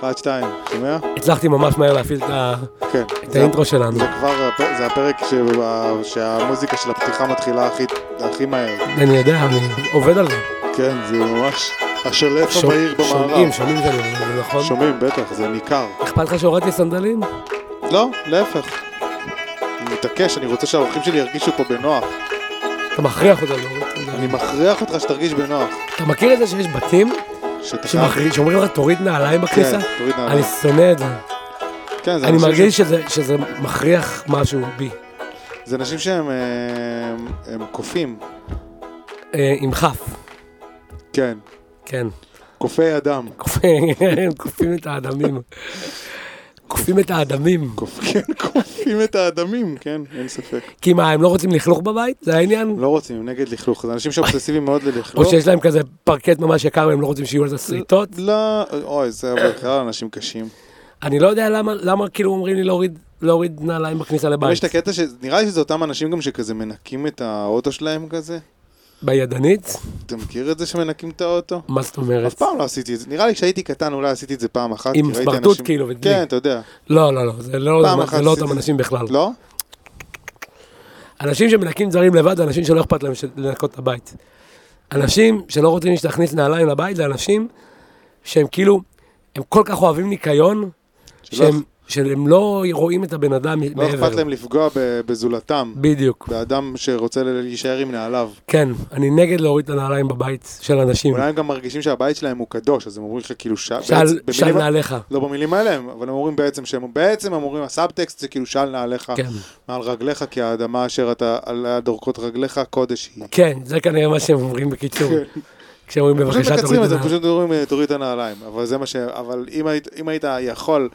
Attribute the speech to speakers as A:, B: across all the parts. A: אחד, שתיים, שומע?
B: הצלחתי ממש מהר להפעיל את ה-
A: כן.
B: את
A: זה-
B: האינטרו שלנו.
A: זה כבר, הפ- זה הפרק שה- שהמוזיקה של הפתיחה מתחילה הכי, הכי מהר.
B: אני יודע, אני עובד על זה.
A: כן, זה ממש השולף
B: שומ-
A: המהיר במערב.
B: שומעים, שומעים שאני, זה נכון?
A: שומעים, בטח, זה ניכר.
B: אכפת לך שהורדתי סנדלים?
A: לא, להפך. אני מתעקש, אני רוצה שהאורחים שלי ירגישו פה בנוח.
B: אתה מכריח אותנו. להוריד.
A: אני מכריח אותך שתרגיש בנוח.
B: אתה מכיר את זה שיש בתים
A: שאתה חייב-
B: שמכריח- שאומרים לך תוריד נעליים בכניסה?
A: כן, תוריד
B: אני
A: נעליים.
B: שונא את אה. זה.
A: כן, זה
B: אני
A: אנשים
B: מרגיש שזה- שזה מכריח משהו בי.
A: ש- זה אנשים שהם אה, הם קופים.
B: אה, עם כף.
A: כן,
B: כן.
A: קופי אדם.
B: כופים- כופים את האדמים. כופים את האדמים.
A: קופ- כן, קופים את האדמים, כן, אין ספק.
B: כי מה, הם לא רוצים לכלוך בבית? זה העניין?
A: לא רוצים, הם נגד לכלוך. זה אנשים שאובססיביים מאוד
B: או
A: ללכלוך.
B: שיש להם כזה פרקט ממש יקר והם לא רוצים שיהיו על זה שריטות?
A: לא, אוי, זה בכלל אנשים קשים.
B: אני לא יודע למה, למה כאילו אומרים לי להוריד, להוריד נעליים בכניסה
A: אבל יש
B: לבית.
A: את הקטע ש... נראה לי שזה אותם אנשים גם שכזה מנקים את האוטו שלהם כזה.
B: בידנית?
A: אתה מכיר את זה שמנקים את האוטו?
B: מה זאת אומרת?
A: אף פעם לא עשיתי את זה. נראה לי כשהייתי קטן אולי עשיתי את זה פעם אחת.
B: עם
A: כי ראיתי
B: סמרטוט
A: אנשים-
B: כאילו, ודלי.
A: כן, אתה יודע.
B: לא, לא, לא, זה לא,
A: פעם
B: זה
A: אחת
B: לא
A: עשיתי
B: אותם
A: את
B: אנשים בכלל.
A: לא?
B: אנשים שמנקים דברים לבד זה אנשים שלא אכפת להם של- לנקות את הבית. אנשים שלא רוצים שתכניס נעליים לבית זה אנשים שהם כאילו, הם כל כך אוהבים ניקיון,
A: שלא-
B: שהם, שהם לא רואים את הבן אדם
A: לא
B: מעבר.
A: אכפת להם לא. לפגוע ב- בזולתם.
B: בדיוק,
A: באדם שרוצה ל- להישאר עם נעליו.
B: כן, אני נגד להוריד את הנעליים בבית של אנשים.
A: אולי הם גם מרגישים שהבית שלהם הוא קדוש, אז הם אומרים לך כאילו ש...
B: של,
A: בעצם-
B: של
A: במילים-
B: נעליך.
A: לא במילים האלה, הם- אבל הם אומרים בעצם שהם בעצם הם אומרים, הסאבטקסט זה כאילו של נעליך
B: כן.
A: מעל רגליך, כי האדמה אשר אתה על דורכות רגליך קודש היא.
B: כן, זה כנראה מה שהם אומרים בקיצור. כשהם אומרים
A: כן. פשוט
B: בבקשה
A: מקצרים
B: תוריד
A: את
B: את
A: זה,
B: הנעליים.
A: פשוט אומרים "אה, תוריד את הנעליים, אבל זה מה ש... אבל אם היית- אם היית יכול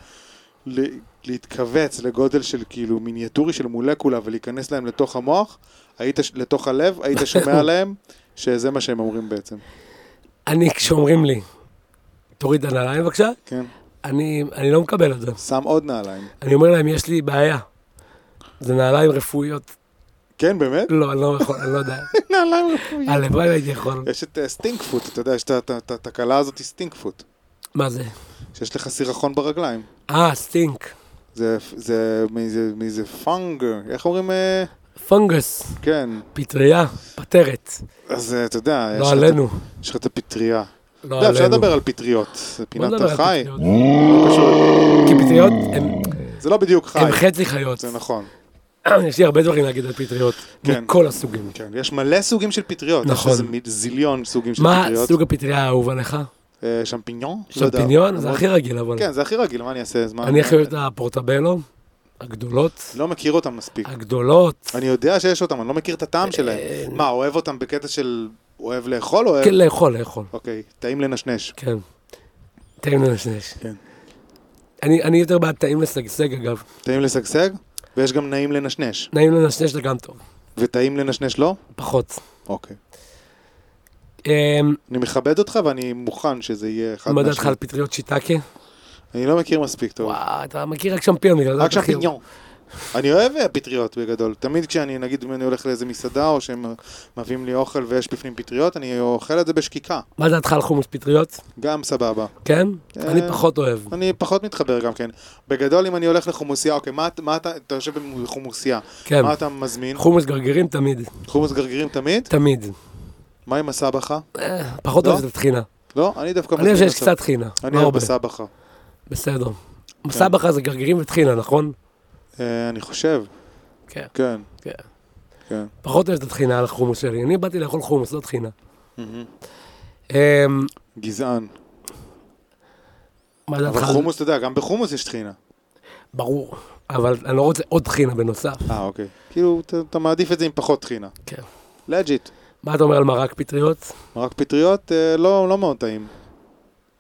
A: ל- להתכווץ לגודל של כאילו מיניאטורי של מולקולה ולהיכנס להם לתוך המוח, היית ש- לתוך הלב, היית שומע להם שזה מה שהם אומרים בעצם,
B: אני, כשאומרים לי, תוריד את הנעליים בבקשה,
A: כן?
B: אני, אני לא מקבל את זה.
A: שם עוד נעליים.
B: אני אומר להם, יש לי בעיה. זה נעליים רפואיות.
A: כן, באמת?
B: לא, אני לא יכול, אני לא יודע.
A: נעליים רפואיות.
B: הלוואי והייתי יכול.
A: יש את סטינקפוט, אתה יודע, יש את ה- את ה- את התקלה הזאת סטינקפוט,
B: מה זה?
A: שיש לך סירחון ברגליים.
B: אה, סטינק.
A: זה, זה, מאיזה, מאיזה פאנג, איך אומרים? אה,
B: פונגס.
A: כן,
B: פטריה. פטרת.
A: אז אה, אתה יודע, יש
B: לא
A: לך את-
B: עלינו.
A: יש לך את הפטריה.
B: לא
A: אתה יודע, אפשר
B: עלינו.
A: לדבר על פטריות, זה
B: בוא
A: פינת
B: נדבר על
A: החי.
B: פטריות.
A: לא קשור-
B: כי פטריות הם-
A: זה לא בדיוק חי,
B: הם חצי חיות.
A: זה נכון.
B: יש לי הרבה דברים להגיד על פטריות.
A: כן.
B: מכל הסוגים.
A: כן, יש מלא סוגים של פטריות,
B: נכון.
A: יש איזה מ- זיליון סוגים של
B: מה
A: פטריות.
B: סוג הפטריה האהוב עליך?
A: אה, שמפיניון? לא יודע.
B: שמפיניון? זה
A: למרות-
B: הכי רגיל, אבל.
A: כן, זה הכי רגיל, מה אני אעשה? אז מה-
B: אני הכי אוהב את הפורטבלו. הגדולות.
A: לא מכיר אותם מספיק.
B: הגדולות.
A: אני יודע שיש אותם, אני לא מכיר את הטעם
B: אה,
A: שלהם. מה, אוהב אותם בקטע של אוהב לאכול או אוהב...
B: כן, לאכול, לאכול.
A: אוקיי, טעים לנשנש.
B: כן. טעים לנשנש.
A: כן.
B: אני, אני יותר בעד טעים לשגשג אגב.
A: טעים לשגשג, ויש גם נעים לנשנש.
B: נעים לנשנש זה גם טוב,
A: וטעים לנשנש לא?
B: פחות.
A: אוקיי.
B: אמ,
A: אני מכבד אותך ואני מוכן שזה יהיה אחד
B: מה דעתך
A: מהשניים.
B: על פטריות שיטקה?
A: אני לא מכיר מספיק טוב.
B: וואו, אתה מכיר רק שמפיון. בגלל זה
A: רק
B: אתה הכי-
A: שמפיניון. אני אוהב אה, פטריות בגדול. תמיד כשאני, נגיד, אם אני הולך לאיזה מסעדה, או שהם אה, מביאים לי אוכל ויש בפנים פטריות, אני אוכל את זה בשקיקה.
B: מה דעתך על חומוס פטריות?
A: גם סבבה.
B: כן?
A: אה,
B: אני פחות אוהב.
A: אני פחות מתחבר גם כן. בגדול, אם אני הולך לחומוסייה, אוקיי, מה, את- מה אתה, אתה יושב בחומוסייה,
B: כן.
A: מה אתה מזמין?
B: חומוס גרגירים תמיד,
A: חומוס גרגירים תמיד?
B: תמיד.
A: מה עם הסבכה?
B: פחות
A: לא?
B: אוהב את הטחינה.
A: לא, אני דווקא
B: אני חושב שיש
A: הסבכה.
B: קצת טחינה.
A: אני
B: לא
A: אוהב
B: הרבה.
A: בסבכה.
B: בסדר. סבכה זה גרגירים וטחינה, נכון?
A: אה, אני חושב,
B: כן.
A: כן.
B: כן.
A: כן.
B: פחות אוהב את הטחינה על החומוס שלי. אני באתי לאכול חומוס, לא טחינה.
A: מהמם.
B: אמ,
A: גזען.
B: מה
A: אבל
B: דעתך? על-
A: חומוס, אתה יודע, גם בחומוס יש טחינה.
B: ברור. אבל אני לא רוצה עוד טחינה בנוסף.
A: אה, אוקיי. כאילו, אתה- אתה מעדיף את זה עם פחות טחינה.
B: כן.
A: לג'יט.
B: מה אתה אומר על מרק פטריות?
A: מרק פטריות, אה, לא לא מאוד טעים.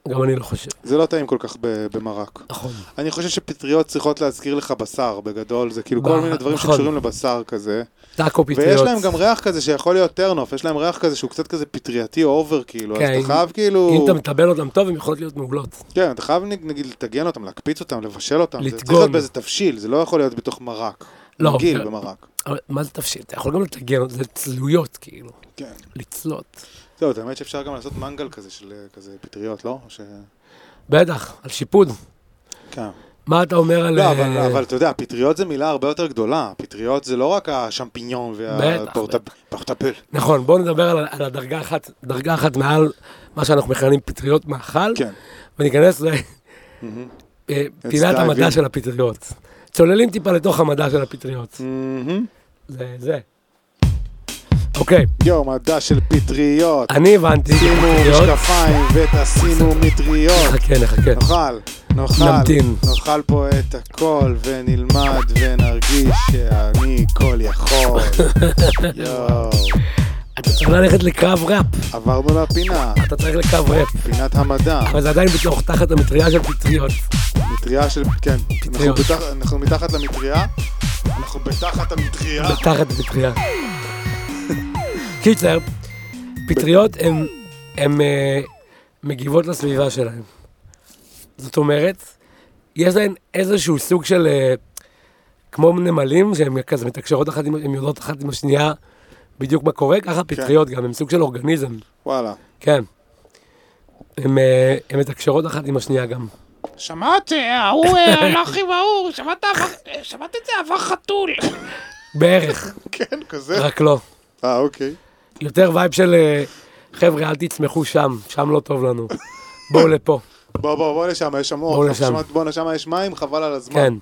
B: גם אני לא חושב.
A: זה לא טעים כל כך ב- במרק.
B: נכון.
A: אני חושב שפטריות צריכות להזכיר לך בשר, בגדול. זה כאילו
B: ב-
A: כל מיני דברים
B: נכון.
A: שקשורים לבשר כזה.
B: טאקו פטריות.
A: ויש להם גם ריח כזה שיכול להיות טרנוף. יש להם ריח כזה שהוא קצת כזה פטרייתי או אובר, כאילו. אז
B: כן,
A: אתה
B: אם-
A: חייב
B: אם
A: כאילו...
B: אתה מטבל אותם טוב, הן יכולות להיות מעולות.
A: כן, אתה חייב נג- נגיד לטגן אותם, להקפיץ אותם, לבשל אותם. זה צריך
B: לטגון.
A: להיות באיזה תבשיל, זה לא יכול להיות בתוך מרק.
B: לא,
A: רגיל
B: זה-
A: במרק.
B: אבל מה זה תפשיל? אתה יכול גם לטגן, אותם, זה צלויות, כאילו.
A: כן.
B: לצלות.
A: זהו, האמת שאפשר גם לעשות מנגל כזה של אה, כזה פטריות, לא? או ש...
B: בטח, על שיפוד.
A: כן.
B: מה אתה אומר על...
A: לא,
B: אה,
A: אבל, אבל אתה יודע, פטריות זה מילה הרבה יותר גדולה. פטריות זה לא רק השמפיניון
B: בטח,
A: והפורטפל.
B: נכון, בואו נדבר על, על הדרגה אחת, דרגה אחת מעל מה שאנחנו מכנים פטריות מאכל,
A: כן. Mm-hmm.
B: וניכנס לפינת
A: Let's dive
B: המדע
A: in.
B: של הפטריות. צוללים טיפה לתוך המדע של הפטריות.
A: מהמם.
B: זה, זה. אוקיי,
A: יו, מדע של פטריות.
B: אני הבנתי
A: שימו
B: שפטריות...
A: משקפיים ותשימו מטריות.
B: נחכה, נחכה.
A: נאכל, נאכל,
B: אה, נמתין.
A: נאכל פה את הכל ונלמד ונרגיש שאני כל יכול. יואו,
B: אתה צריך ללכת לקרב ראפ,
A: עברנו לפינה,
B: אתה צריך לקרב ראפ,
A: פינת המדע,
B: אבל זה עדיין בתוך תחת המטריה של פטריות.
A: מטריה של, כן, אנחנו,
B: פטריות.
A: בתח, אנחנו מתחת למטריה, אנחנו בתחת המטריה,
B: תחת הפטריה. קיצר, פטריות הן- הן אה, מגיבות לסביבה שלהן. זאת אומרת, יש להן איזשהו סוג של... אה, כמו נמלים, שהן כזה מתקשרות אחת עם... הן יודעות אחת עם השנייה בדיוק מה קורה, ככה פטריות גם, הן סוג של אורגניזם,
A: וואלה.
B: כן. הן אה, הן מתקשרות אחת עם השנייה גם.
C: שמעת? ההוא אה, הלך עם ההוא, שמעת? עבר- אה, שמעת את זה? עבר חתול.
B: בערך,
A: כן, כזה.
B: רק לא.
A: אה, אוקיי.
B: יותר וייב של אה, חבר'ה, אל תצמחו שם, שם לא טוב לנו. בואו לפה,
A: בוא, בוא, בוא לשם, יש שם אור.
B: בוא לשם.
A: שמעת, בוא לשם יש מים, חבל על הזמן.
B: כן.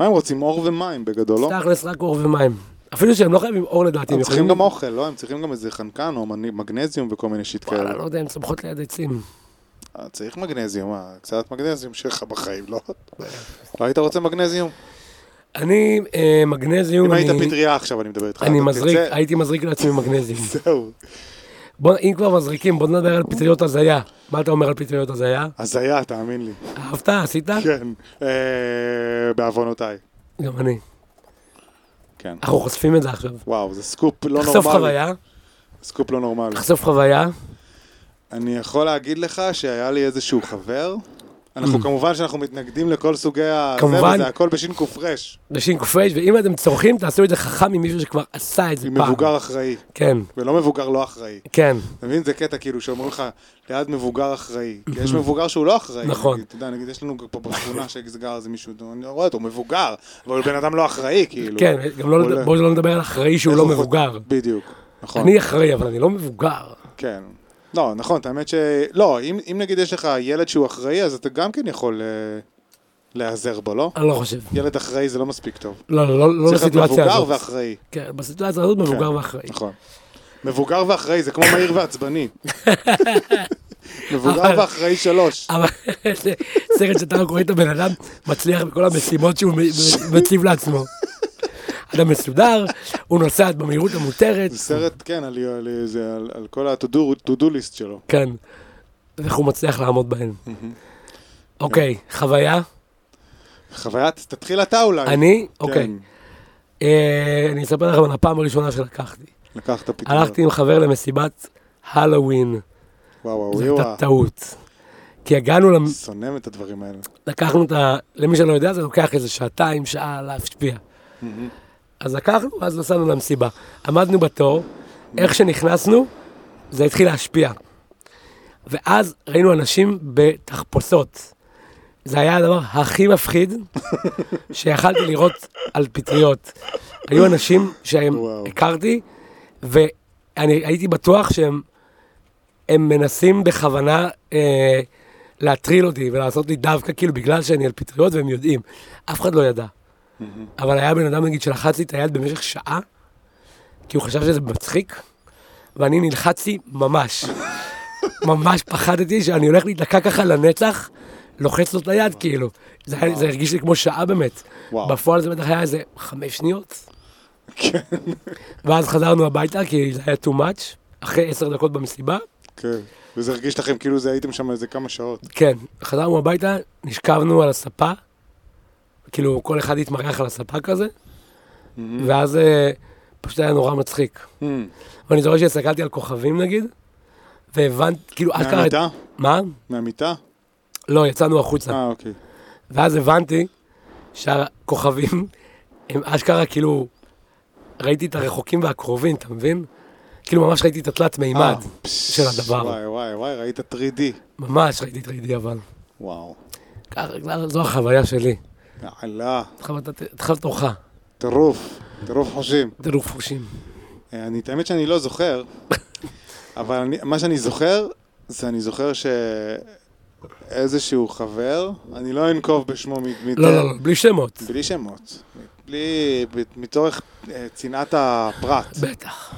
A: מה הם רוצים, אור ומים בגדול, לא?
B: תכלס רק אור ומים. אפילו שהם לא חייבים אור לדעתי,
A: הם צריכים גם אוכל, לא? הם צריכים גם איזה חנקן או מני- מגנזיום וכל מיני שיט כאלה.
B: וואלה, לא יודע, הם צומחות ליד עצים.
A: אה, צריך מגנזיום, אה? קצת מגנזיום שיהיה לך בחיים, לא? לא היית רוצה מגנזיום?
B: אני אה, מגנזיום,
A: אם היית
B: אני-
A: פטריה עכשיו, אני מדבר איתך.
B: אני
A: אתה
B: מזריק,
A: תצא-
B: הייתי מזריק לעצמי מגנזיום.
A: זהו.
B: בוא, אם כבר מזריקים, בוא נדבר על פטריות הזיה. מה אתה אומר על פטריות הזיה?
A: הזיה, תאמין לי.
B: אהבת? עשית?
A: כן. אה, בעוונותיי.
B: גם אני.
A: כן.
B: אנחנו חושפים את זה עכשיו.
A: וואו, זה סקופ לא
B: תחשוף
A: נורמלי.
B: חוויה,
A: סקופ לא נורמלי.
B: תחשוף חוויה.
A: אני יכול להגיד לך שהיה לי איזשהו חבר. אנחנו כמובן שאנחנו מתנגדים לכל סוגי ה... זה,
B: Mm. כמובן.
A: וזה הכל בשין קופרש.
B: בש"ק, ואם אתם צורכים, תעשו את זה חכם עם מישהו שכבר עשה את זה
A: עם
B: פעם.
A: מבוגר אחראי.
B: כן,
A: ולא מבוגר לא אחראי.
B: כן.
A: אתה מבין? זה קטע כאילו שאומרים לך ליד מבוגר אחראי. כי יש מבוגר שהוא לא אחראי.
B: Mm-hmm. נכון.
A: נגיד, אתה יודע, נגיד יש לנו פה בשכונה שגר איזה מישהו, אני רואה אותו, הוא מבוגר, אבל הוא בן אדם לא אחראי, כאילו.
B: כן, גם לא,
A: עולה.
B: בואו לא נדבר על אחראי שהוא
A: איך
B: לא
A: הוא חוט-
B: מבוגר.
A: בדיוק. נכון.
B: אני אחראי, אבל אני לא מבוגר.
A: כן. לא, נכון, האמת ש... לא, אם אם נגיד יש לך ילד שהוא אחראי, אז אתה גם כן יכול אה, להיעזר בו, לא?
B: אני לא חושב.
A: ילד אחראי זה לא מספיק טוב.
B: לא, לא, לא, לא
A: צריך להיות
B: לסיטואציה
A: מבוגר
B: הזאת.
A: ואחראי.
B: כן, בסיטואציה הזאת מבוגר
A: כן.
B: ואחראי.
A: נכון. מבוגר ואחראי זה כמו מהיר ועצבני. מבוגר
B: אבל-
A: ואחראי שלוש.
B: אבל זה סרט שאתה רק רואה את הבן אדם מצליח בכל המשימות שהוא מ- מציב לעצמו. אדם מסודר, הוא נוסע במהירות המותרת,
A: זה סרט, כן, על, על, זה, על, על כל ה-to-do list שלו.
B: כן. איך הוא מצליח לעמוד בהן. אוקיי, חוויה,
A: חוויית, תתחיל אתה אולי.
B: אני,
A: כן,
B: אוקיי. אה, אני אספר לכם על הפעם הראשונה שלקחתי.
A: לקחת פתרון.
B: הלכתי עם חבר למסיבת הלואוין,
A: וואו,
B: זו
A: וואו,
B: הייתה
A: יואה.
B: טעות. כי הגענו למ...
A: שונאים את הדברים האלה.
B: לקחנו את ה... למי שלא יודע, זה לוקח איזה שעתיים, שעה להשפיע. אז לקחנו, אז נסענו למסיבה. עמדנו בתור, איך שנכנסנו, זה התחיל להשפיע. ואז ראינו אנשים בתחפושות. זה היה הדבר הכי מפחיד שיכלתי לראות על פטריות. היו אנשים שהם
A: וואו.
B: הכרתי, ואני הייתי בטוח שהם הם מנסים בכוונה אה, להטריל אותי ולעשות לי דווקא, כאילו, בגלל שאני על פטריות והם יודעים. אף אחד לא ידע. אבל היה בן אדם, נגיד, שלחץ לי את היד במשך שעה, כי הוא חשב שזה מצחיק, ואני נלחצתי ממש. ממש פחדתי שאני הולך להיתקע ככה לנצח, לוחץ לו את היד, כאילו. זה, היה, זה הרגיש לי כמו שעה באמת.
A: וואו.
B: בפועל זה בטח היה איזה חמש שניות.
A: כן,
B: ואז חזרנו הביתה, כי זה היה too much, אחרי עשר דקות במסיבה.
A: כן. וזה הרגיש לכם כאילו זה הייתם שם איזה כמה שעות.
B: כן, חזרנו הביתה, נשכבנו על הספה, כאילו כל אחד התמרח על הספה כזה, ואז אה, פשוט היה נורא מצחיק.
A: Mm.
B: ואני זוכר שהסתכלתי על כוכבים נגיד, והבנתי, כאילו אשכרה...
A: מהמיטה?
B: מה?
A: מהמיטה?
B: לא, יצאנו החוצה.
A: אה, אוקיי.
B: ואז הבנתי שהכוכבים הם אשכרה כאילו, ראיתי את הרחוקים והקרובים, אתה מבין? כאילו ממש ראיתי את התלת מימד
A: אה, פש,
B: של הדבר.
A: וואי, וואי, וואי, ראית 3D.
B: ממש ראיתי את ריידי אבל.
A: וואו.
B: ככה, ככה, זו החוויה שלי.
A: יאללה,
B: חוות- התחלת תורך,
A: טירוף, טירוף חושים.
B: תלוף חושים.
A: אה, אני, האמת שאני לא זוכר, אבל אני, מה שאני זוכר, זה אני זוכר שאיזשהו חבר, אני לא אנקוב בשמו מ- מטעם-
B: לא, לא, לא, בלי שמות.
A: בלי שמות, בלי, ב- מצורך אה, צנעת הפרט.
B: בטח.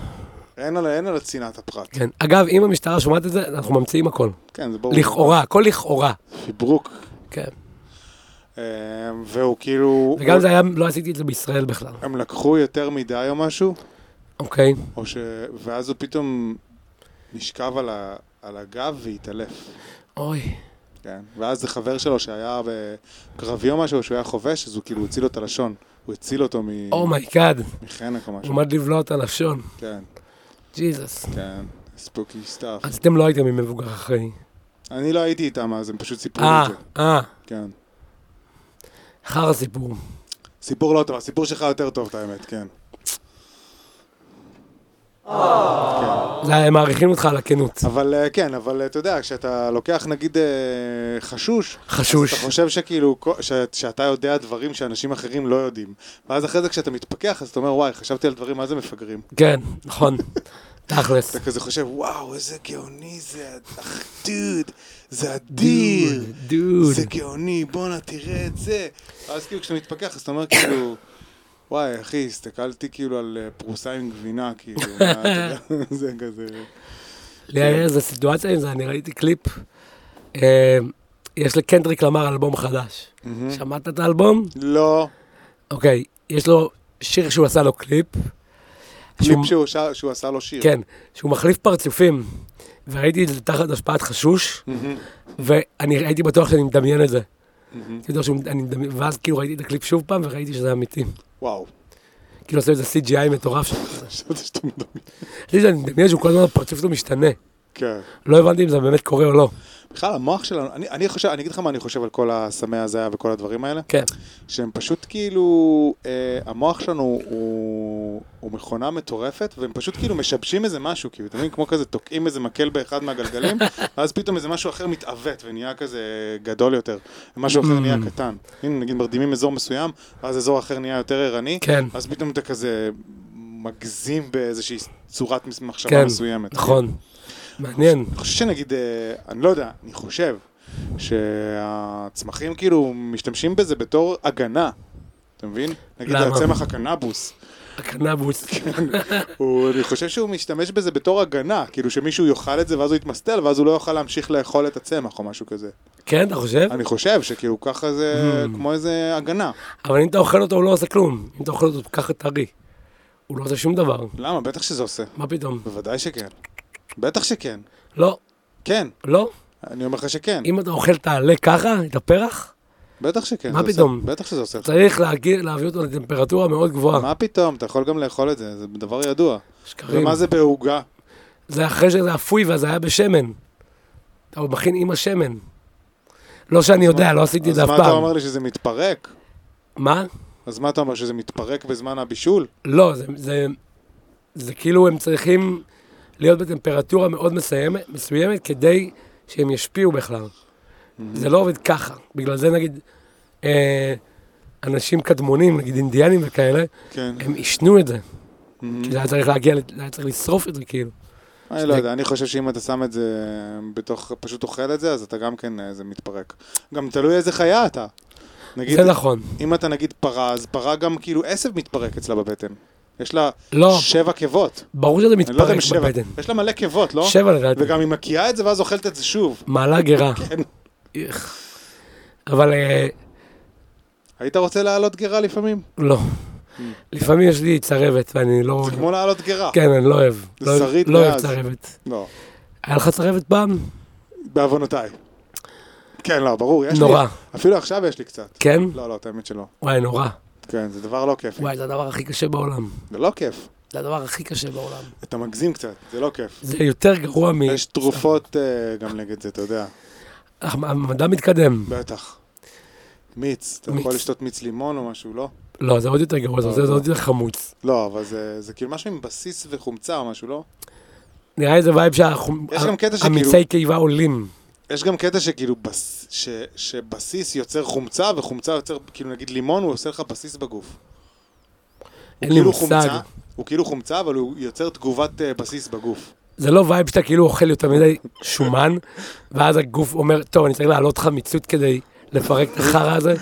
A: אין על, אין על צנעת הפרט.
B: כן. אגב, אם המשטרה שומעת את זה, אנחנו ממציאים הכל.
A: כן, זה ברור.
B: לכאורה, הכל לכאורה.
A: חיברוק.
B: כן.
A: אה, והוא כאילו...
B: וגם זה היה, לא עשיתי את זה בישראל בכלל.
A: הם לקחו יותר מדי או משהו,
B: אוקיי.
A: או ש... ואז הוא פתאום נשכב על, ה... על הגב והתעלף.
B: אוי.
A: כן. ואז זה חבר שלו שהיה בקרבי או משהו, שהוא היה חובש, אז הוא כאילו הציל לו את הלשון. הוא הציל אותו מ...
B: אומייגאד.
A: מחנק או
B: הוא
A: משהו.
B: Oh עמד לבלוע את הלשון.
A: כן,
B: ג'יזוס.
A: כן. ספוקי סטאפ.
B: אז אתם לא הייתם עם מבוגר אחראי.
A: אני לא הייתי איתם אז, הם פשוט סיפרו
B: אה,
A: לי את זה.
B: אה.
A: כן.
B: אחר סיפור.
A: סיפור לא טוב, הסיפור שלך יותר טוב, את האמת, כן.
B: זה, הם מעריכים אותך על הכנות.
A: אבל אה, כן, אבל אה, אתה יודע, כשאתה לוקח נגיד אה, חשוש,
B: חשוש.
A: אז אתה חושב שכאילו, כל- ש, שאתה יודע דברים שאנשים אחרים לא יודעים. ואז אחרי זה כשאתה מתפכח, אז אתה אומר, וואי, חשבתי על דברים מה זה מפגרים.
B: כן, נכון. תכלס.
A: אתה כזה חושב, וואו, איזה גאוני זה, אח, דוד, זה אדיר,
B: דוד.
A: זה גאוני, בואנה, תראה את זה. ואז כאילו כשאתה מתפכח, אז אתה אומר כאילו... וואי, אחי, הסתכלתי כאילו על אה, פרוסה עם גבינה, כאילו, מה, אתה יודע, זה כזה...
B: לי היה איזה סיטואציה עם זה, אני ראיתי קליפ. אה, יש לקנדריק למר אלבום חדש. שמעת את האלבום?
A: לא,
B: אוקיי, יש לו שיר שהוא עשה לו קליפ.
A: קליפ
B: שהוא-
A: שהוא שר- שהוא עשה לו שיר.
B: כן, שהוא מחליף פרצופים. וראיתי את זה תחת השפעת חשוש, ואני הייתי בטוח שאני מדמיין את זה. אתה יודע שהוא- אני מדמיין- ואז כאילו ראיתי את הקליפ שוב פעם, וראיתי שזה אמיתי.
A: וואו.
B: כאילו עושה איזה CGI מטורף שם. כזה.
A: חשבתי שאתה מדמיין.
B: חשבתי שאני מדמיין שהוא כל הזמן הפרצוף שלו משתנה.
A: כן.
B: לא הבנתי אם זה באמת קורה או לא.
A: בכלל, המוח שלנו, אני, אני חושב, אני אגיד לך מה אני חושב על כל הסמי הזיה וכל הדברים האלה,
B: כן.
A: שהם פשוט כאילו, אה, המוח שלנו הוא, הוא מכונה מטורפת, והם פשוט כאילו משבשים איזה משהו, כאילו, אתה מבין? כמו כזה תוקעים איזה מקל באחד מהגלגלים, ואז פתאום איזה משהו אחר מתעוות ונהיה כזה גדול יותר, ומשהו אחר
B: Mm.
A: נהיה קטן. הנה, נגיד מרדימים אזור מסוים, ואז אזור אחר נהיה יותר ערני,
B: כן.
A: אז פתאום אתה כזה מגזים באיזושהי צורת מחשבה
B: כן,
A: מסוימת.
B: נכון. מעניין.
A: אני חושב שנגיד, אה, אני לא יודע, אני חושב שהצמחים כאילו משתמשים בזה בתור הגנה. אתה מבין? נגיד
B: למה?
A: הצמח הקנבוס.
B: הקנבוס.
A: הוא, אני חושב שהוא משתמש בזה בתור הגנה, כאילו שמישהו יאכל את זה ואז הוא יתמסטל ואז הוא לא יוכל להמשיך לאכול את הצמח או משהו כזה.
B: כן, אתה חושב?
A: אני חושב שכאילו ככה זה
B: Hmm.
A: כמו איזה הגנה.
B: אבל אם אתה אוכל אותו, הוא לא עושה כלום. אם אתה אוכל אותו, ככה טרי. הוא לא עושה שום דבר.
A: למה? בטח שזה עושה.
B: מה פתאום?
A: בוודאי שכן. בטח שכן.
B: לא,
A: כן.
B: לא.
A: אני אומר לך שכן.
B: אם אתה אוכל את העלה ככה, את הפרח,
A: בטח שכן.
B: מה
A: זה עושה.
B: פתאום?
A: בטח שזה עושה.
B: צריך להגיע, להביא אותו לטמפרטורה מאוד גבוהה.
A: מה פתאום? אתה יכול גם לאכול את זה, זה דבר ידוע.
B: שקרים.
A: ומה זה בעוגה?
B: זה אחרי שזה אפוי ואז היה בשמן. אתה מכין עם השמן. לא שאני יודע, לא עשיתי את
A: אז
B: זה אף
A: מה אתה
B: פעם.
A: אומר לי שזה מתפרק?
B: מה?
A: אז מה אתה אומר, שזה מתפרק בזמן הבישול?
B: לא, זה- זה... זה כאילו הם צריכים להיות בטמפרטורה מאוד מסיימת- מסוימת כדי שהם ישפיעו בכלל. זה לא עובד ככה. בגלל זה נגיד אה, אנשים קדמונים, נגיד אינדיאנים וכאלה,
A: כן.
B: הם עישנו את זה. כי זה היה צריך להגיע, ל- היה צריך לשרוף את זה כאילו.
A: אני לא יודע, אני חושב שאם אתה שם את זה בתוך, פשוט אוכל את זה, אז אתה גם כן, אה, זה מתפרק. גם תלוי איזה חיה אתה. נגיד,
B: זה נכון.
A: אם אתה נגיד פרה, אז פרה גם כאילו עשב מתפרק אצלה בבטן. יש לה
B: לא.
A: שבע קיבות.
B: ברור שזה
A: אני לא יודע
B: מתפרק
A: אם שבע,
B: בבטן.
A: יש לה מלא קיבות, לא?
B: שבע לדעתי.
A: וגם כן. היא מקיאה את זה ואז אוכלת את זה שוב.
B: מעלה גרה. איך. אבל אה,
A: היית רוצה להעלות גרה לפעמים?
B: לא. לפעמים יש לי צרבת ואני לא...
A: זה כמו להעלות גרה.
B: כן, אני לא אוהב.
A: זה
B: לא-
A: שריד
B: לא אוהב
A: מאז.
B: צרבת.
A: לא,
B: היה לך צרבת פעם?
A: בעוונותיי. כן, לא, ברור, יש לי.
B: נורא.
A: אפילו עכשיו יש לי קצת.
B: כן?
A: לא, לא, את האמת שלא.
B: וואי, נורא.
A: כן, זה דבר לא כיף.
B: וואי, זה הדבר הכי קשה בעולם.
A: זה לא כיף.
B: זה הדבר הכי קשה בעולם.
A: אתה מגזים קצת, זה לא כיף.
B: זה יותר גרוע מ...
A: יש תרופות אה, גם נגד זה, אתה יודע.
B: המדע מתקדם.
A: בטח. מיץ, אתה
B: מיץ.
A: יכול לשתות מיץ לימון או משהו, לא?
B: לא, זה עוד יותר גרוע, זה עושה- זה עוד יותר חמוץ.
A: לא, אבל זה זה כאילו משהו עם בסיס וחומצה או משהו, לא?
B: נראה לי זה וייב
A: יש גם קטע שכאילו-
B: שהמיצי קיבה עולים.
A: יש גם קטע שכאילו, בס... ש... שבסיס יוצר חומצה, וחומצה יוצר, כאילו נגיד לימון, הוא עושה לך בסיס בגוף. הוא
B: אין לי
A: כאילו
B: מושג.
A: חומצה, הוא כאילו חומצה, אבל הוא יוצר תגובת אה, בסיס בגוף.
B: זה לא וייב שאתה כאילו אוכל יותר מדי שומן, ואז הגוף אומר, טוב, אני צריך להעלות חמיצות כדי לפרק את החרא הזה?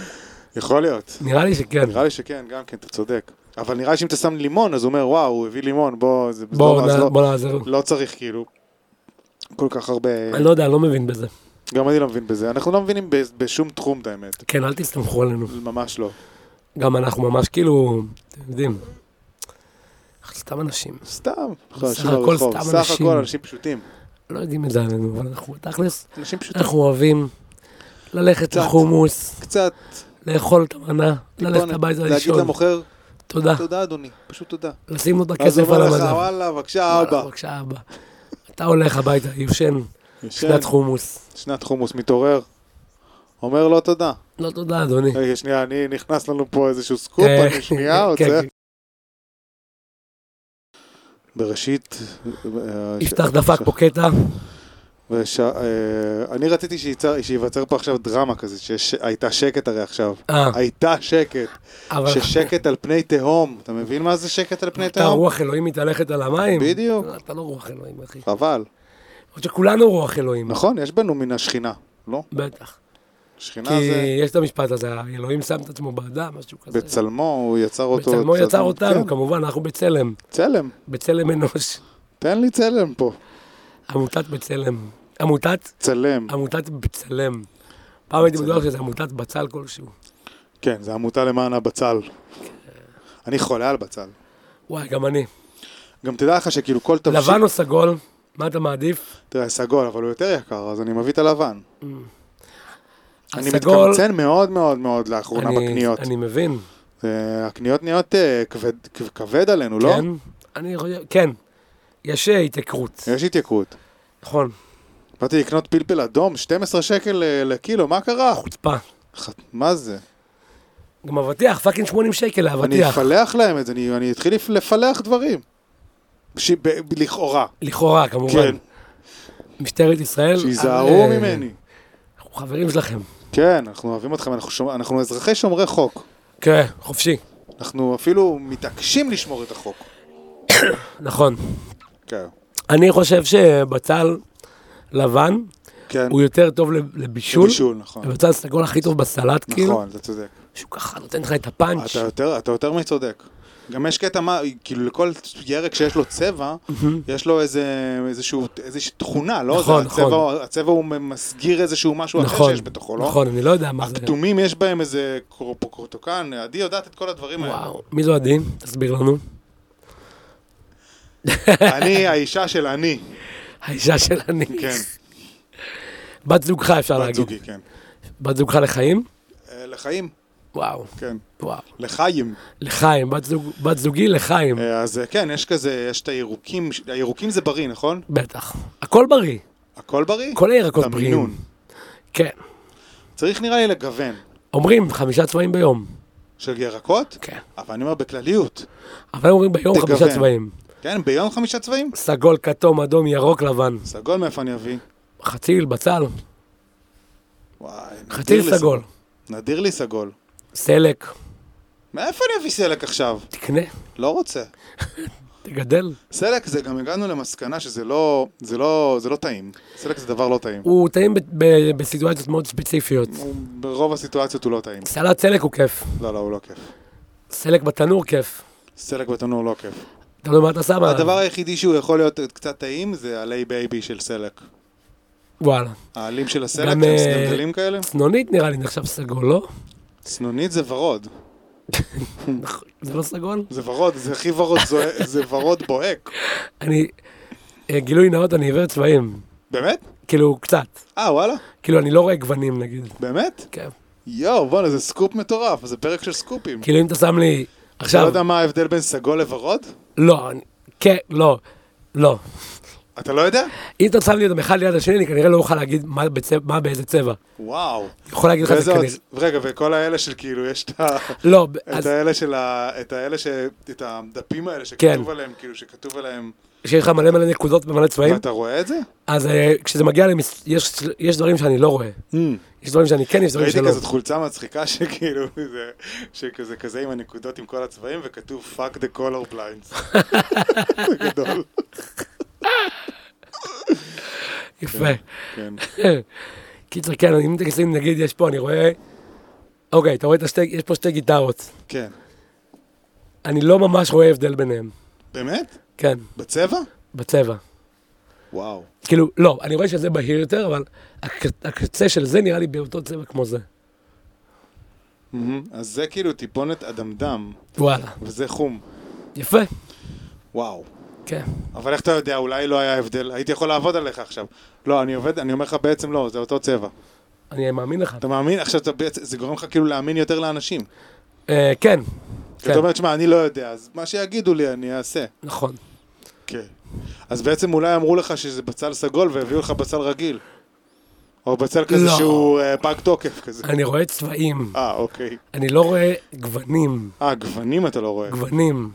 A: יכול להיות.
B: נראה לי שכן.
A: נראה לי שכן, גם כן, אתה צודק. אבל נראה לי שאם אתה שם לימון, אז הוא אומר, וואו, הוא הביא לימון, בוא, זה...
B: בואו
A: לא, אז
B: נע-
A: לא,
B: בואו נעזר.
A: לא צריך כאילו כל כך הרבה...
B: אני לא יודע, אני לא מבין בזה.
A: גם אני לא מבין בזה. אנחנו לא מבינים ב- בשום תחום, את האמת.
B: כן, אל תסתמכו עלינו.
A: ממש לא.
B: גם אנחנו ממש כאילו, אתם יודעים, אנחנו סתם אנשים.
A: סתם.
B: סך
A: אנשים
B: הכל
A: ברחוב.
B: סתם
A: סך
B: אנשים.
A: הכל אנשים פשוטים.
B: לא יודעים את זה עלינו, אבל אנחנו תכלס,
A: אנשים פשוטים.
B: אנחנו אוהבים ללכת
A: קצת.
B: לחומוס,
A: קצת...
B: לאכול את המנה, אה, לא ללכת
A: טיפונת,
B: הביתה
A: להגיד
B: לישון.
A: למוכר,
B: תודה.
A: תודה אדוני, פשוט תודה.
B: לשים לו את
A: אז הוא
B: הכסף על
A: אומר לך,
B: המדף.
A: וואלה, בבקשה אבא. כן.
B: בבקשה, אבא. אתה הולך הביתה, יושן,
A: ישן,
B: שנת חומוס.
A: שנת חומוס מתעורר. אומר לו תודה.
B: לא תודה, אדוני.
A: רגע, שנייה, אני נכנס לנו פה איזשהו סקופ,
B: אה,
A: אני שנייה
B: כן,
A: עוצר.
B: כן.
A: בראשית... אה,
B: יפתח
A: ש-
B: דפק
A: ש-
B: פה קטע,
A: וש- אה, אני רציתי שייצר- שייווצר פה עכשיו דרמה כזה, שהייתה שקט הרי עכשיו.
B: אה,
A: הייתה שקט,
B: אבל
A: ששקט על פני תהום. אתה מבין מה זה שקט על פני
B: אתה
A: תהום?
B: רוח אלוהים מתהלכת על המים?
A: בדיוק.
B: לא, אתה לא רוח אלוהים, אחי.
A: חבל.
B: למרות שכולנו רוח אלוהים.
A: נכון, יש בנו מן השכינה, לא?
B: בטח.
A: שכינה
B: כי
A: זה...
B: יש את המשפט הזה, אלוהים שם את עצמו באדם, משהו כזה.
A: בצלמו הוא יצר אותו.
B: בצלמו
A: צל-
B: יצר אותנו,
A: כן,
B: כמובן, אנחנו בצלם.
A: צלם,
B: בצלם אנוש.
A: תן לי צלם פה.
B: עמותת בצלם. עמותת,
A: צלם.
B: עמותת בצלם. פעם הייתי
A: בצלם.
B: בטוח שזה עמותת בצל כלשהו.
A: כן, זה עמותה למען הבצל. אני חולה על בצל.
B: וואי, גם אני.
A: גם תדע לך שכאילו כל תבשיל...
B: לבן או סגול, מה אתה מעדיף?
A: תראה, סגול, אבל הוא יותר יקר, אז אני מביא את הלבן. אני
B: הסגול-
A: מתקמצן מאוד מאוד מאוד לאחרונה
B: אני-
A: בקניות.
B: אני מבין.
A: אה, הקניות נהיות אה, כבד- כב- כבד עלינו, לא?
B: כן? אני חושב, כן. יש אה, התייקרות.
A: יש התייקרות.
B: נכון,
A: באתי לקנות פלפל אדום, 12 שקל אה, לקילו, מה קרה?
B: חוצפה.
A: ח- מה זה?
B: גם אבטיח, פאקינג 80 שקל
A: אני
B: לאבטיח.
A: אפלח להם את זה, אני אני אתחיל לפ- לפלח דברים. ש- ב- ב- לכאורה.
B: לכאורה, כמובן.
A: כן,
B: משטרת ישראל.
A: שיזהרו
B: אה,
A: ממני.
B: אנחנו חברים שלכם. כן,
A: כן, אנחנו אוהבים אתכם, אנחנו שומ- אנחנו אזרחי שומרי חוק.
B: כן, חופשי,
A: אנחנו אפילו מתעקשים לשמור את החוק.
B: נכון.
A: כן.
B: אני חושב שבצל לבן
A: כן.
B: הוא יותר טוב לב- לבישול.
A: בישול, נכון.
B: ובצל סגול הכי טוב בסלט, כאילו.
A: נכון, אתה צודק.
B: שהוא ככה נותן לך את הפאנץ'.
A: אתה יותר, אתה יותר מצודק. גם יש קטע מה, כאילו לכל ירק שיש לו צבע, יש לו איזה, איזשהו, איזושהי תכונה, לא?
B: נכון,
A: זה
B: נכון.
A: הצבע, הצבע הוא מסגיר איזשהו משהו אחר
B: נכון,
A: שיש בתוכו, לא?
B: נכון, אני לא יודע מה זה.
A: הכתומים יש בהם איזה קורטוקן, עדי יודעת את כל הדברים האלה.
B: וואו, מי זו עדי? תסביר לנו.
A: אני האישה של אני,
B: האישה של אני.
A: כן,
B: בת זוגך אפשר
A: בת
B: להגיד.
A: זוגי, כן.
B: בת זוגך לחיים?
A: אה, לחיים,
B: וואו,
A: כן,
B: וואו.
A: לחיים.
B: לחיים, בת זוג- בת זוגי לחיים.
A: אה, אז אה, כן, יש כזה, יש את הירוקים, ש- הירוקים זה בריא, נכון?
B: בטח. הכל בריא.
A: הכל בריא?
B: כל הירקות
A: את
B: בריאים.
A: המינון.
B: כן.
A: צריך נראה לי לגוון.
B: אומרים חמישה צבעים ביום.
A: של ירקות?
B: כן.
A: אבל אני אומר בכלליות.
B: אבל הם אומרים ביום
A: תגוון.
B: חמישה צבעים.
A: כן, ביום חמישה צבעים?
B: סגול, כתום, אדום, ירוק, לבן.
A: סגול מאיפה אני אביא?
B: חציל, בצל,
A: וואי, נדיר
B: חציל
A: לי
B: סגול.
A: נדיר לי סגול.
B: סלק,
A: מאיפה אני אביא סלק עכשיו?
B: תקנה,
A: לא רוצה.
B: תגדל.
A: סלק זה גם הגענו למסקנה שזה לא, זה לא, זה לא טעים. סלק זה דבר לא טעים.
B: הוא טעים ב- ב- בסיטואציות מאוד ספציפיות.
A: הוא- ברוב הסיטואציות הוא לא טעים.
B: סלט סלק הוא כיף.
A: לא, לא, הוא לא כיף.
B: סלק בתנור כיף.
A: סלק בתנור לא כיף.
B: אתה יודע מה אתה שם עליו.
A: הדבר היחידי שהוא יכול להיות קצת טעים זה עלי בייבי של סלק.
B: וואלה.
A: העלים של הסלק, הם
B: גם, אה,
A: סנדלים כאלה?
B: צנונית נראה לי נחשב סגול, לא?
A: צנונית זה ורוד.
B: נכון. זה לא סגול?
A: זה ורוד, זה הכי ורוד, זוה- זה ורוד בוהק.
B: אני... אה, גילוי נאות, אני עיוור צבעים.
A: באמת?
B: כאילו, קצת.
A: אה, וואלה?
B: כאילו, אני לא רואה גוונים, נגיד.
A: באמת?
B: כן.
A: יואו, בואנה, זה סקופ מטורף, זה פרק של סקופים.
B: כאילו, אם אתה שם לי...
A: אתה
B: עכשיו...
A: לא יודע מה ההבדל בין סגול לוורוד?
B: לא, אני- כן, לא. לא.
A: אתה לא יודע?
B: אם אתה שם לי אותם אחד ליד השני, אני כנראה לא אוכל להגיד מה בצבע- מה באיזה צבע.
A: וואו.
B: אני יכול להגיד לך את זה
A: ואיזה עוד...
B: כנראה.
A: רגע, וכל האלה של כאילו, יש את ה...
B: לא, ב-
A: את
B: אז
A: האלה של ה... את האלה ש... את הדפים האלה
B: כן.
A: שכתוב עליהם, כאילו, שכתוב עליהם...
B: שיש לך מלא מלא נקודות במלא צבעים,
A: ואתה רואה את זה?
B: אז אה, כשזה מגיע למס... יש, יש דברים שאני לא רואה. יש דברים שאני כן, יש דברים
A: Hmm. ראיתי
B: שלא.
A: כזאת חולצה מצחיקה שכאילו, זה- שכזה כזה עם הנקודות עם כל הצבעים, וכתוב fuck the color blinds. זה גדול.
B: יפה.
A: כן.
B: קיצר, כן, אם תשים, נגיד, יש פה, אני רואה... אוקיי, אתה רואה את השתי... יש פה שתי גיטרות.
A: כן.
B: אני לא ממש רואה הבדל ביניהם.
A: באמת?
B: כן,
A: בצבע?
B: בצבע.
A: וואו.
B: כאילו, לא, אני רואה שזה בהיר יותר, אבל הק- הקצה של זה נראה לי באותו צבע כמו זה.
A: מהמם. אז זה כאילו טיפונת אדמדם,
B: וואלה.
A: וזה חום.
B: יפה.
A: וואו.
B: כן.
A: אבל איך אתה יודע, אולי לא היה הבדל, הייתי יכול לעבוד עליך עכשיו. לא, אני עובד, אני אומר לך בעצם לא, זה אותו צבע.
B: אני מאמין לך.
A: אתה מאמין? עכשיו אתה בעצם, זה גורם לך כאילו להאמין יותר לאנשים.
B: אה, כן.
A: כן.
B: כן,
A: אתה אומר, שמע, אני לא יודע, אז מה שיגידו לי אני אעשה.
B: נכון.
A: כן. אז בעצם אולי אמרו לך שזה בצל סגול והביאו לך בצל רגיל. או בצל כזה
B: לא.
A: שהוא אה, פג תוקף כזה.
B: אני רואה צבעים,
A: אה, אוקיי.
B: אני לא רואה גוונים.
A: אה, גוונים אתה לא רואה.
B: גוונים.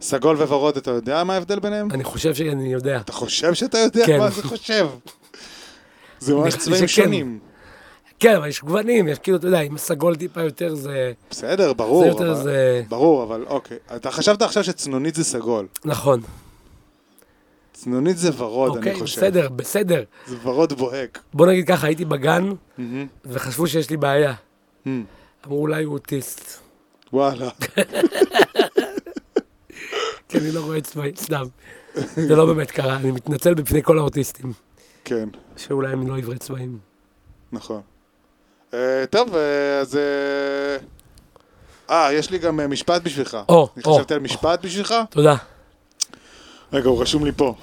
A: סגול וורוד, אתה יודע מה ההבדל ביניהם?
B: אני חושב שאני יודע.
A: אתה חושב שאתה יודע?
B: כן.
A: מה זה חושב? זה ממש
B: נראה לי
A: צבעים
B: שכן.
A: שונים.
B: כן, אבל יש גוונים, יש כאילו, אתה יודע, אם הסגול טיפה יותר זה...
A: בסדר, ברור.
B: זה יותר
A: אבל-
B: זה-
A: ברור, אבל אוקיי. אתה חשבת עכשיו שצנונית זה סגול.
B: נכון.
A: צנונית זה ורוד,
B: אוקיי,
A: אני חושב.
B: בסדר, בסדר.
A: זה ורוד בוהק.
B: בוא נגיד ככה, הייתי בגן,
A: מהמם.
B: וחשבו שיש לי בעיה.
A: מהמם.
B: אמרו, אולי הוא אוטיסט.
A: וואלה.
B: כי אני לא רואה צבעים, סתם. זה לא באמת קרה, אני מתנצל בפני כל האוטיסטים,
A: כן,
B: שאולי הם לא עברי צבעים.
A: נכון. אה, טוב, אה, אז... אה, אה, יש לי גם אה, משפט בשבילך.
B: או,
A: אני
B: או.
A: חשבתי על משפט בשבילך?
B: תודה.
A: רגע, הוא רשום לי פה.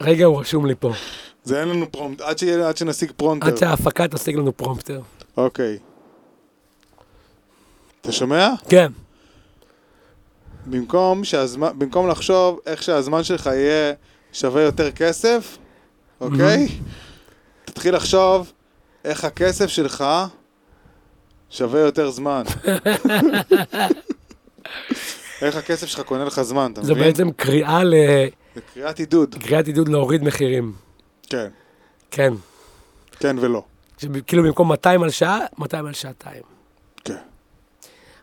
B: רגע, הוא רשום לי פה.
A: זה אין לנו פרומט, עד שיהיה- עד שנשיג
B: עד
A: פרונטר.
B: שההפקה תשיג לנו פרומפטר.
A: אוקיי. אתה שומע?
B: כן,
A: במקום, שהזמן, במקום לחשוב איך שהזמן שלך יהיה שווה יותר כסף, אוקיי?
B: Mm-hmm.
A: תתחיל לחשוב איך הכסף שלך שווה יותר זמן. איך הכסף שלך קונה לך זמן, אתה
B: זו
A: מבין?
B: בעצם קריאה ל-
A: זה קריאת עידוד.
B: קריאת עידוד להוריד מחירים.
A: כן,
B: כן.
A: כן ולא.
B: שב- כאילו במקום 200 על שעה, 200 על שעתיים.
A: כן,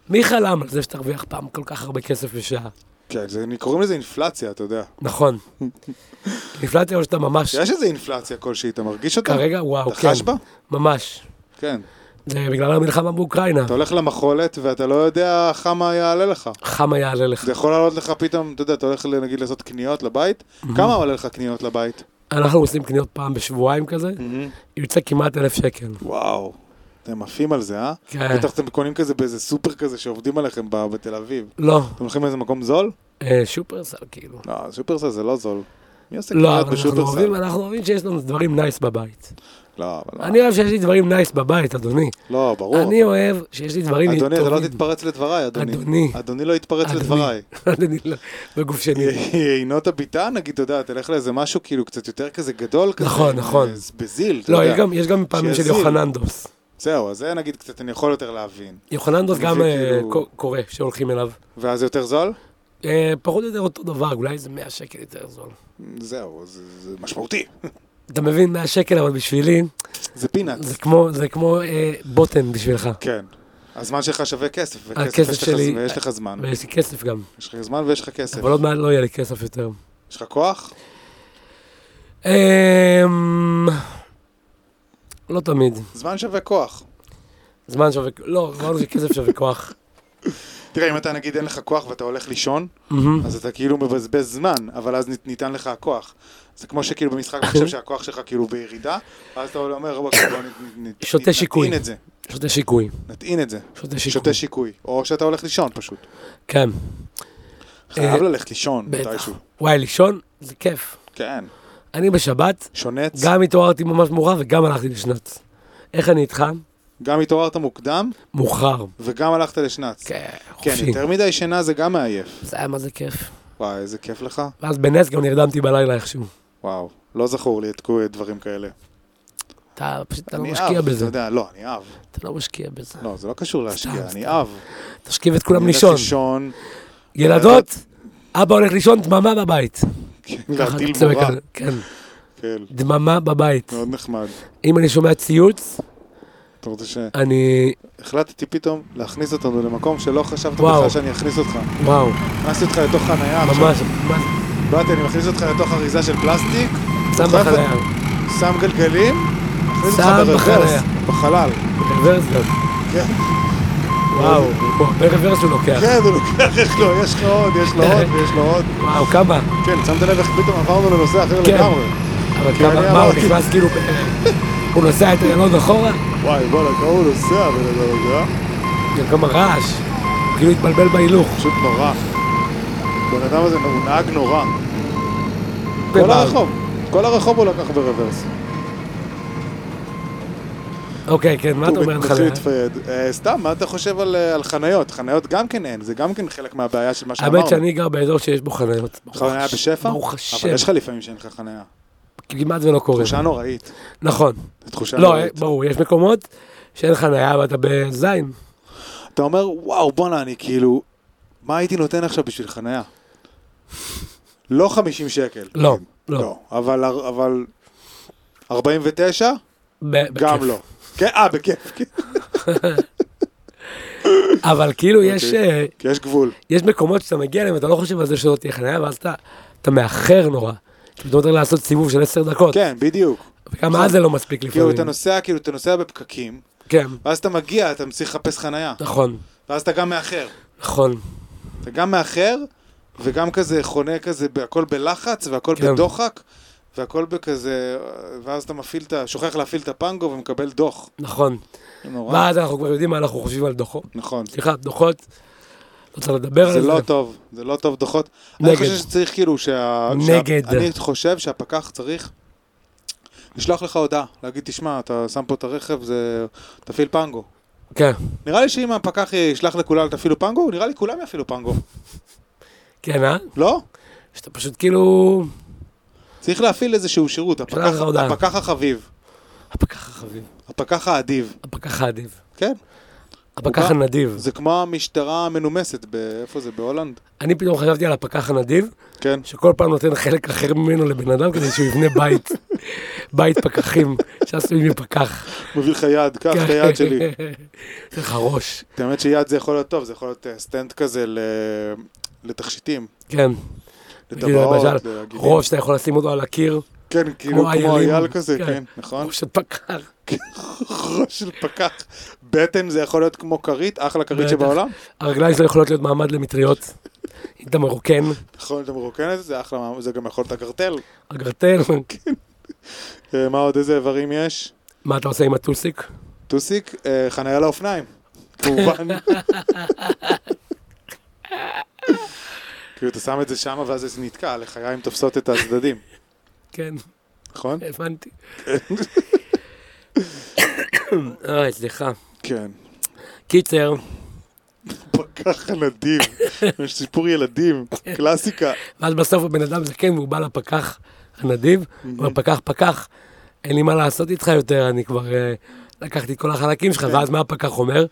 B: מי חלם על זה שתרוויח פעם כל כך הרבה כסף בשעה?
A: כן, זה, קוראים לזה אינפלציה, אתה יודע.
B: נכון. אינפלציה או שאתה ממש...
A: יש איזה אינפלציה כלשהי, אתה מרגיש אותה?
B: כרגע, וואו,
A: אתה
B: כן.
A: חש בה?
B: ממש.
A: כן.
B: זה בגלל המלחמה באוקראינה.
A: אתה הולך למכולת ואתה לא יודע כמה יעלה לך.
B: חמה יעלה לך.
A: זה יכול לעלות לך פתאום, אתה יודע, אתה הולך נגיד לעשות קניות לבית, כמה עולה לך קניות לבית?
B: אנחנו עושים קניות פעם בשבועיים כזה, יוצא כמעט אלף שקל.
A: וואו, אתם עפים על זה, אה?
B: כן.
A: בטח אתם קונים כזה באיזה סופר כזה שעובדים עליכם ב- בתל אביב.
B: לא,
A: אתם הולכים לאיזה מקום זול?
B: אה, שופרסל כאילו.
A: לא, שופרסל זה לא זול. מי עושה
B: לא,
A: קניות
B: אבל אנחנו
A: בשופרסל?
B: אוהבים, אנחנו אוהבים שיש לנו דברים נייס בבית.
A: לא, אבל לא.
B: אני אוהב שיש לי דברים נייס בבית, אדוני.
A: לא, ברור.
B: אני אוהב שיש לי דברים טובים.
A: אדוני, אתה לא תתפרץ לדבריי, אדוני.
B: אדוני.
A: אדוני לא יתפרץ
B: אדוני.
A: לדבריי. אה,
B: אדוני, לא, בגוף שני.
A: יינות הביטה, נגיד, אתה יודע, תלך לאיזה משהו כאילו קצת יותר כזה גדול כזה.
B: נכון,
A: עם,
B: נכון.
A: אה, בזיל, אתה
B: לא,
A: יודע.
B: יש גם- יש גם פעמים של
A: שיזיל.
B: יוחננדוס.
A: זהו, אז זה נגיד קצת אני יכול יותר להבין.
B: יוחננדוס
A: אני
B: גם
A: חושב
B: אה,
A: כאילו-
B: ק- קורה שהולכים אליו.
A: ואז יותר זול?
B: אה, פחות או יותר אותו דבר, אולי איזה 100 שקל יותר זול.
A: זהו, זה, זה משמעותי.
B: אתה מבין 100 שקל, אבל בשבילי,
A: זה פינאץ.
B: זה כמו- זה כמו אה, בוטן בשבילך.
A: כן. הזמן שלך שווה כסף, וכסף
B: הכסף
A: יש לך,
B: שלי-
A: זמן, ויש לך זמן.
B: ויש לי כסף גם,
A: יש לך זמן ויש לך כסף.
B: אבל עוד מעט לא יהיה לי כסף יותר.
A: יש לך כוח?
B: אמ, לא תמיד.
A: זמן שווה כוח.
B: זמן שווה... לא, אמרנו שכסף שווה כוח.
A: תראה, אם אתה נגיד אין לך כוח ואתה הולך לישון,
B: מהמם.
A: אז אתה כאילו מבזבז זמן, אבל אז נית- ניתן לך הכוח. זה כמו שכאילו במשחק אתה חושב שהכוח שלך כאילו בירידה, ואז אתה אומר, "בוא, בוא, נ- נ- נ-
B: שותה שיקוי.
A: נטעין את זה,
B: שותה שיקוי.
A: נטעין את זה.
B: שותה שיקוי.
A: שותה שיקוי. או שאתה הולך לישון פשוט.
B: כן,
A: חייב ללכת לישון
B: בטח.
A: מתישהו.
B: וואי, לישון זה כיף.
A: כן.
B: אני בשבת,
A: שונץ.
B: גם התעוררתי ממש מאוחר וגם הלכתי לשנץ. איך אני איתך?
A: גם התעוררת מוקדם,
B: מאוחר.
A: וגם הלכת לשנץ.
B: כן,
A: כן,
B: חופשי.
A: יותר מדי שינה זה גם מעייף.
B: זה היה מה זה כיף.
A: וואי, איזה כיף לך.
B: ואז בנס גם נרדמתי בלילה איכשהו.
A: וואו, לא זכור לי את כל- דברים כאלה.
B: אתה פשוט אתה לא
A: אני
B: משקיע
A: אב,
B: בזה.
A: אתה יודע, לא, אני אב.
B: אתה לא משקיע בזה.
A: לא, זה לא קשור להשקיע,
B: סתם, סתם.
A: אני אב.
B: תשכיב את
A: אני
B: כולם
A: הולך
B: לישון.
A: לישון,
B: ילדות, אבא הולך לישון, דממה בבית.
A: כן,
B: ככה
A: להטיל
B: אתה צועק
A: מורה.
B: על- כן,
A: כן,
B: דממה בבית.
A: מאוד נחמד.
B: אם אני שומע ציוץ,
A: אתה רוצה ש...
B: אני...
A: החלטתי פתאום להכניס אותנו למקום שלא חשבת
B: וואו.
A: בכלל שאני אכניס אותך.
B: וואו,
A: הכנסתי אותך לתוך חנייה עכשיו.
B: ממש, ממש,
A: באתי, אני מכניס אותך לתוך אריזה של פלסטיק,
B: שם
A: דוחף
B: בחניה.
A: שם גלגלים, מכניס אותך
B: שם
A: ברוורס,
B: בחניה.
A: בחלל.
B: רוורס גם.
A: כן.
B: וואו, הוא הרבה רוורס הוא לוקח.
A: כן, הוא לוקח, יש לו, יש לך עוד, יש לו עוד, ויש לו עוד.
B: וואו, כמה?
A: כן, שמת לב איך פתאום עברנו לנושא אחר
B: כן.
A: לגמרי.
B: אבל
A: כי אני
B: כמה, מה, הוא
A: אמרתי-
B: נכנס כאילו... ב- הוא נוסע את איילון אחורה?
A: וואי, בואנה, כמה הוא נוסע, בן אדם הזה, אה?
B: גם כמה רעש. הוא כאילו התבלבל בהילוך.
A: פשוט נורא. הבן אדם הזה הוא נהג נורא. כל הרחוב, כל הרחוב הוא לקח ברוורס.
B: אוקיי, כן, מה אתה אומר על
A: הוא מתחיל
B: חניה?
A: להתפייד. אה, סתם, מה אתה חושב על, אה, על חניות? חניות גם כן אין, זה גם כן חלק מהבעיה של מה שאמרנו.
B: האמת שאני גר באזור שיש בו חניות.
A: חניה
B: ברוך הש-
A: בשפע?
B: ברוך השם.
A: אבל יש לך לפעמים שאין לך חניה.
B: כמעט ולא קורה.
A: תחושה נוראית.
B: נכון.
A: זו תחושה
B: לא,
A: נוראית.
B: ברור, יש מקומות שאין חניה ואתה בזין.
A: אתה אומר, וואו, בואנה, אני כאילו, מה הייתי נותן עכשיו בשביל חניה? לא 50 שקל.
B: לא, לא.
A: לא. אבל- אבל 49?
B: ב-
A: גם
B: בכיף.
A: לא. כן, אה, בכיף. כן. לא.
B: אבל כאילו
A: אוקיי.
B: יש אה,
A: כי יש גבול.
B: יש מקומות שאתה מגיע אליהם ואתה לא חושב על זה שלא תהיה חניה, ואז אתה אתה מאחר נורא. כי אתה צריך לעשות סיבוב של עשר דקות.
A: כן, בדיוק.
B: וגם אז זה לא מספיק
A: כאילו,
B: לפעמים.
A: אתה נוסע, כאילו, אתה נוסע בפקקים,
B: כן,
A: ואז אתה מגיע, אתה צריך לחפש חניה.
B: נכון,
A: ואז אתה גם מאחר.
B: נכון.
A: אתה גם מאחר, וגם כזה חונה כזה, הכל בלחץ, והכל
B: כן.
A: בדוחק, והכל בכזה, ואז אתה מפעיל את ה... שוכח להפעיל את הפנגו ומקבל דוח.
B: נכון.
A: נורא.
B: ואז אנחנו כבר יודעים מה אנחנו חושבים על דוחות.
A: נכון.
B: סליחה, דוחות. לא צריך לדבר על זה.
A: זה לא טוב, זה לא טוב דוחות.
B: נגד.
A: אני חושב שצריך כאילו שה... שה-
B: נגד.
A: אני חושב שהפקח צריך לשלוח לך הודעה, להגיד, תשמע, אתה שם פה את הרכב, זה... תפעיל פנגו.
B: כן,
A: נראה לי שאם הפקח ישלח לכולם תפעילו פנגו, נראה לי כולם יפעילו פנגו.
B: כן, אה?
A: לא?
B: שאתה פשוט כאילו...
A: צריך להפעיל איזשהו שירות.
B: שלח
A: הפקח,
B: לך הודעה.
A: הפקח החביב,
B: הפקח החביב,
A: הפקח האדיב.
B: הפקח האדיב,
A: כן,
B: הפקח
A: הוא בא-
B: הנדיב.
A: זה כמו המשטרה המנומסת, ב- איפה זה? בהולנד?
B: אני פתאום חשבתי על הפקח הנדיב,
A: כן.
B: שכל פעם נותן חלק אחר ממנו לבן אדם כדי שהוא יבנה בית. בית פקחים, שעשויים מפקח.
A: מביא לך יד, קח
B: כן.
A: את היד שלי.
B: זה חרוש.
A: האמת שיד זה יכול להיות טוב, זה יכול להיות אה, סטנד כזה ל... לתכשיטים,
B: כן,
A: לטבעות,
B: למשל,
A: להגידים.
B: ראש שאתה יכול לשים אותו על הקיר,
A: כן, כאילו כמו
B: איילים.
A: אייל כזה,
B: כן.
A: כן, נכון?
B: ראש של פקח.
A: ראש של פקח. בטן זה יכול להיות כמו כרית, אחלה כרית
B: בטח.
A: שבעולם.
B: הרגליים שלו יכולות להיות מעמד למטריות. אם אתה מרוקן,
A: נכון, אתה מרוקן את זה, זה אחלה, מה- זה גם יכול להיות הקרטל.
B: אגרטל,
A: אה, מה עוד, איזה איברים יש?
B: מה אתה עושה עם הטוסיק?
A: טוסיק, אה, חניה לאופניים, כמובן. כאילו, אתה שם את זה שמה ואז זה נתקע, לחיים תופסות את הצדדים,
B: כן,
A: נכון?
B: הבנתי. אוי, אה, סליחה.
A: כן.
B: קיצר,
A: פקח הנדיב, יש סיפור ילדים,
B: כן.
A: קלאסיקה.
B: ואז בסוף הבן אדם זקן והוא בא לפקח הנדיב, אומר, פקח, פקח, אין לי מה לעשות איתך יותר, אני כבר אה, לקחתי את כל החלקים
A: כן.
B: שלך, ואז מה הפקח אומר?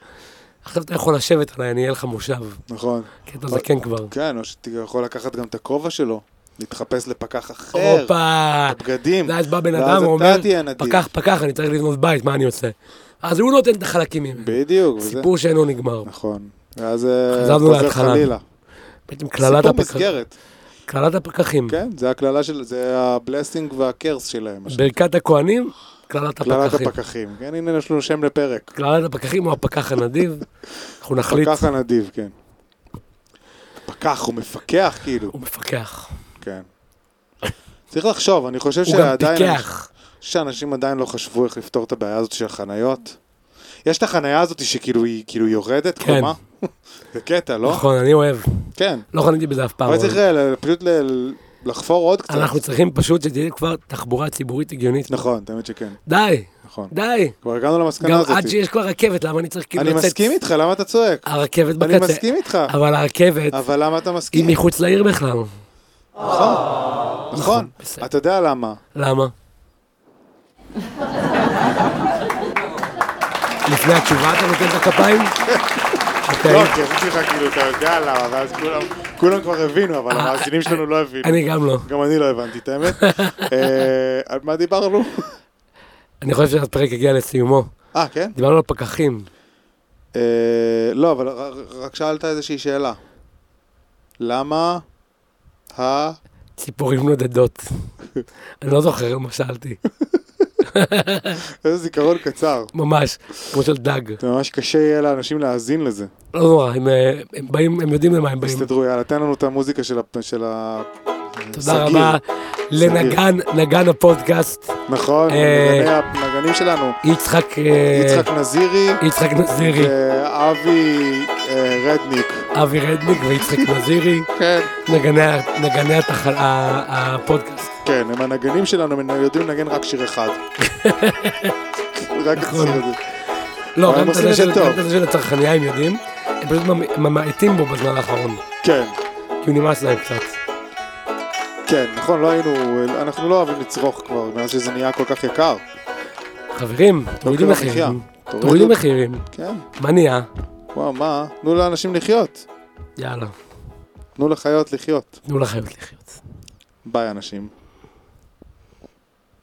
B: עכשיו אתה יכול לשבת עליי, אני אהיה לך מושב,
A: נכון.
B: כי אתה זקן כבר.
A: כן, או שאתה יכול לקחת גם את הכובע שלו, להתחפש לפקח אחר,
B: הופה!
A: בגדים.
B: ואז בא בן
A: ואז
B: אדם,
A: אתה
B: אומר,
A: תהיה נדיב.
B: פקח, פקח, אני צריך לבנות בית, מה אני עושה? אז הוא נותן את החלקים ממנו.
A: בדיוק, וזה.
B: סיפור שאינו נגמר.
A: נכון. ואז אה,
B: חזרנו
A: חוזר
B: להתחלה.
A: חלילה.
B: בעצם קללת
A: סיפור
B: הפקח-
A: מסגרת,
B: קללת הפקחים.
A: כן, זה הקללה של, זה הבלסינג והקרס שלהם. מה
B: ברכת הכוהנים, קללת
A: קללת
B: הפקחים.
A: הפקחים, כן, הנה יש לנו שם לפרק.
B: קללת הפקחים או הפקח הנדיב, אנחנו נחליט,
A: פקח הנדיב, כן. פקח, הוא מפקח כאילו,
B: הוא מפקח.
A: כן. צריך לחשוב, אני חושב
B: הוא גם
A: שעדיין,
B: פיקח.
A: שאנשים עדיין לא חשבו איך לפתור את הבעיה הזאת של החניות. יש את החניה הזאת שכאילו היא כאילו יורדת,
B: כן.
A: קומה. זה קטע, לא?
B: נכון, אני אוהב.
A: כן.
B: לא חניתי בזה אף פעם.
A: אבל
B: אבל
A: צריך אה, ל- פשוט ל- לחפור עוד קצת.
B: אנחנו צריכים פשוט שתהיה כבר תחבורה ציבורית הגיונית.
A: נכון, כן, האמת שכן,
B: די,
A: נכון.
B: די.
A: כבר הגענו למסקנה
B: גם
A: הזאת.
B: עד שיש כבר רכבת, למה אני צריך כאילו
A: לא, אני
B: לצאת?
A: מסכים איתך, למה אתה צועק?
B: הרכבת
A: אני
B: בקצה.
A: מסכים איתך.
B: אבל הרכבת
A: אבל למה אתה
B: היא
A: מסכים?
B: מחוץ לעיר בכלל.
A: נכון.
B: בסדר. כן.
A: אתה יודע למה.
B: למה? לפני התשובה אתה נותן את הכפיים?
A: לא,
B: אוקיי.
A: כי חשבתי לך כאילו, אתה יודע למה, ואז כולם, כולם כבר הבינו, אבל המאזינים שלנו לא הבינו.
B: אה, אני גם לא.
A: גם אני לא הבנתי את האמת. אה, על מה דיברנו?
B: אני חושב שהפרק הגיע לסיומו.
A: אה, כן?
B: דיברנו על פקחים.
A: אה, לא, אבל ר- רק שאלת איזושהי שאלה. למה ה...
B: ציפורים נודדות. אני לא זוכר מה שאלתי.
A: איזה זיכרון קצר.
B: ממש, כמו של דג.
A: זה ממש קשה יהיה לאנשים להאזין לזה.
B: לא נורא, הם, אה, הם באים, הם יודעים למה הם באים.
A: תסתדרו, יאללה, תן לנו את המוזיקה של ה... של ה...
B: תודה
A: סגיר.
B: רבה לנגן, נגן הפודקאסט,
A: נכון,
B: אה,
A: נגני הנגנים שלנו.
B: יצחק, אה,
A: יצחק נזירי
B: יצחק נזירי,
A: ואבי אה, רדניק.
B: אבי רדניק ויצחק נזירי,
A: כן.
B: נגני ה- נגני התח- ה- הפודקאסט.
A: כן, הם הנגנים שלנו, הם יודעים לנגן רק שיר אחד. רק את
B: נכון.
A: השיר הזה.
B: לא,
A: אבל
B: גם
A: הם
B: את
A: עושים
B: הזה
A: את זה
B: של-
A: טוב.
B: גם את הזה של הצרכניה הם יודעים, הם פשוט ממ- ממעטים בו בזמן האחרון,
A: כן,
B: כי הוא נמאס להם קצת.
A: כן, נכון, לא היינו, אנחנו לא אוהבים לצרוך כבר, מאז שזה נהיה כל כך יקר.
B: חברים, תורידו
A: יוקר
B: מחירים,
A: המחיה.
B: תורידו מחירים,
A: כן,
B: מה נהיה?
A: וואו, מה? תנו לאנשים לחיות.
B: יאללה,
A: תנו לחיות לחיות.
B: תנו לחיות לחיות.
A: ביי, אנשים.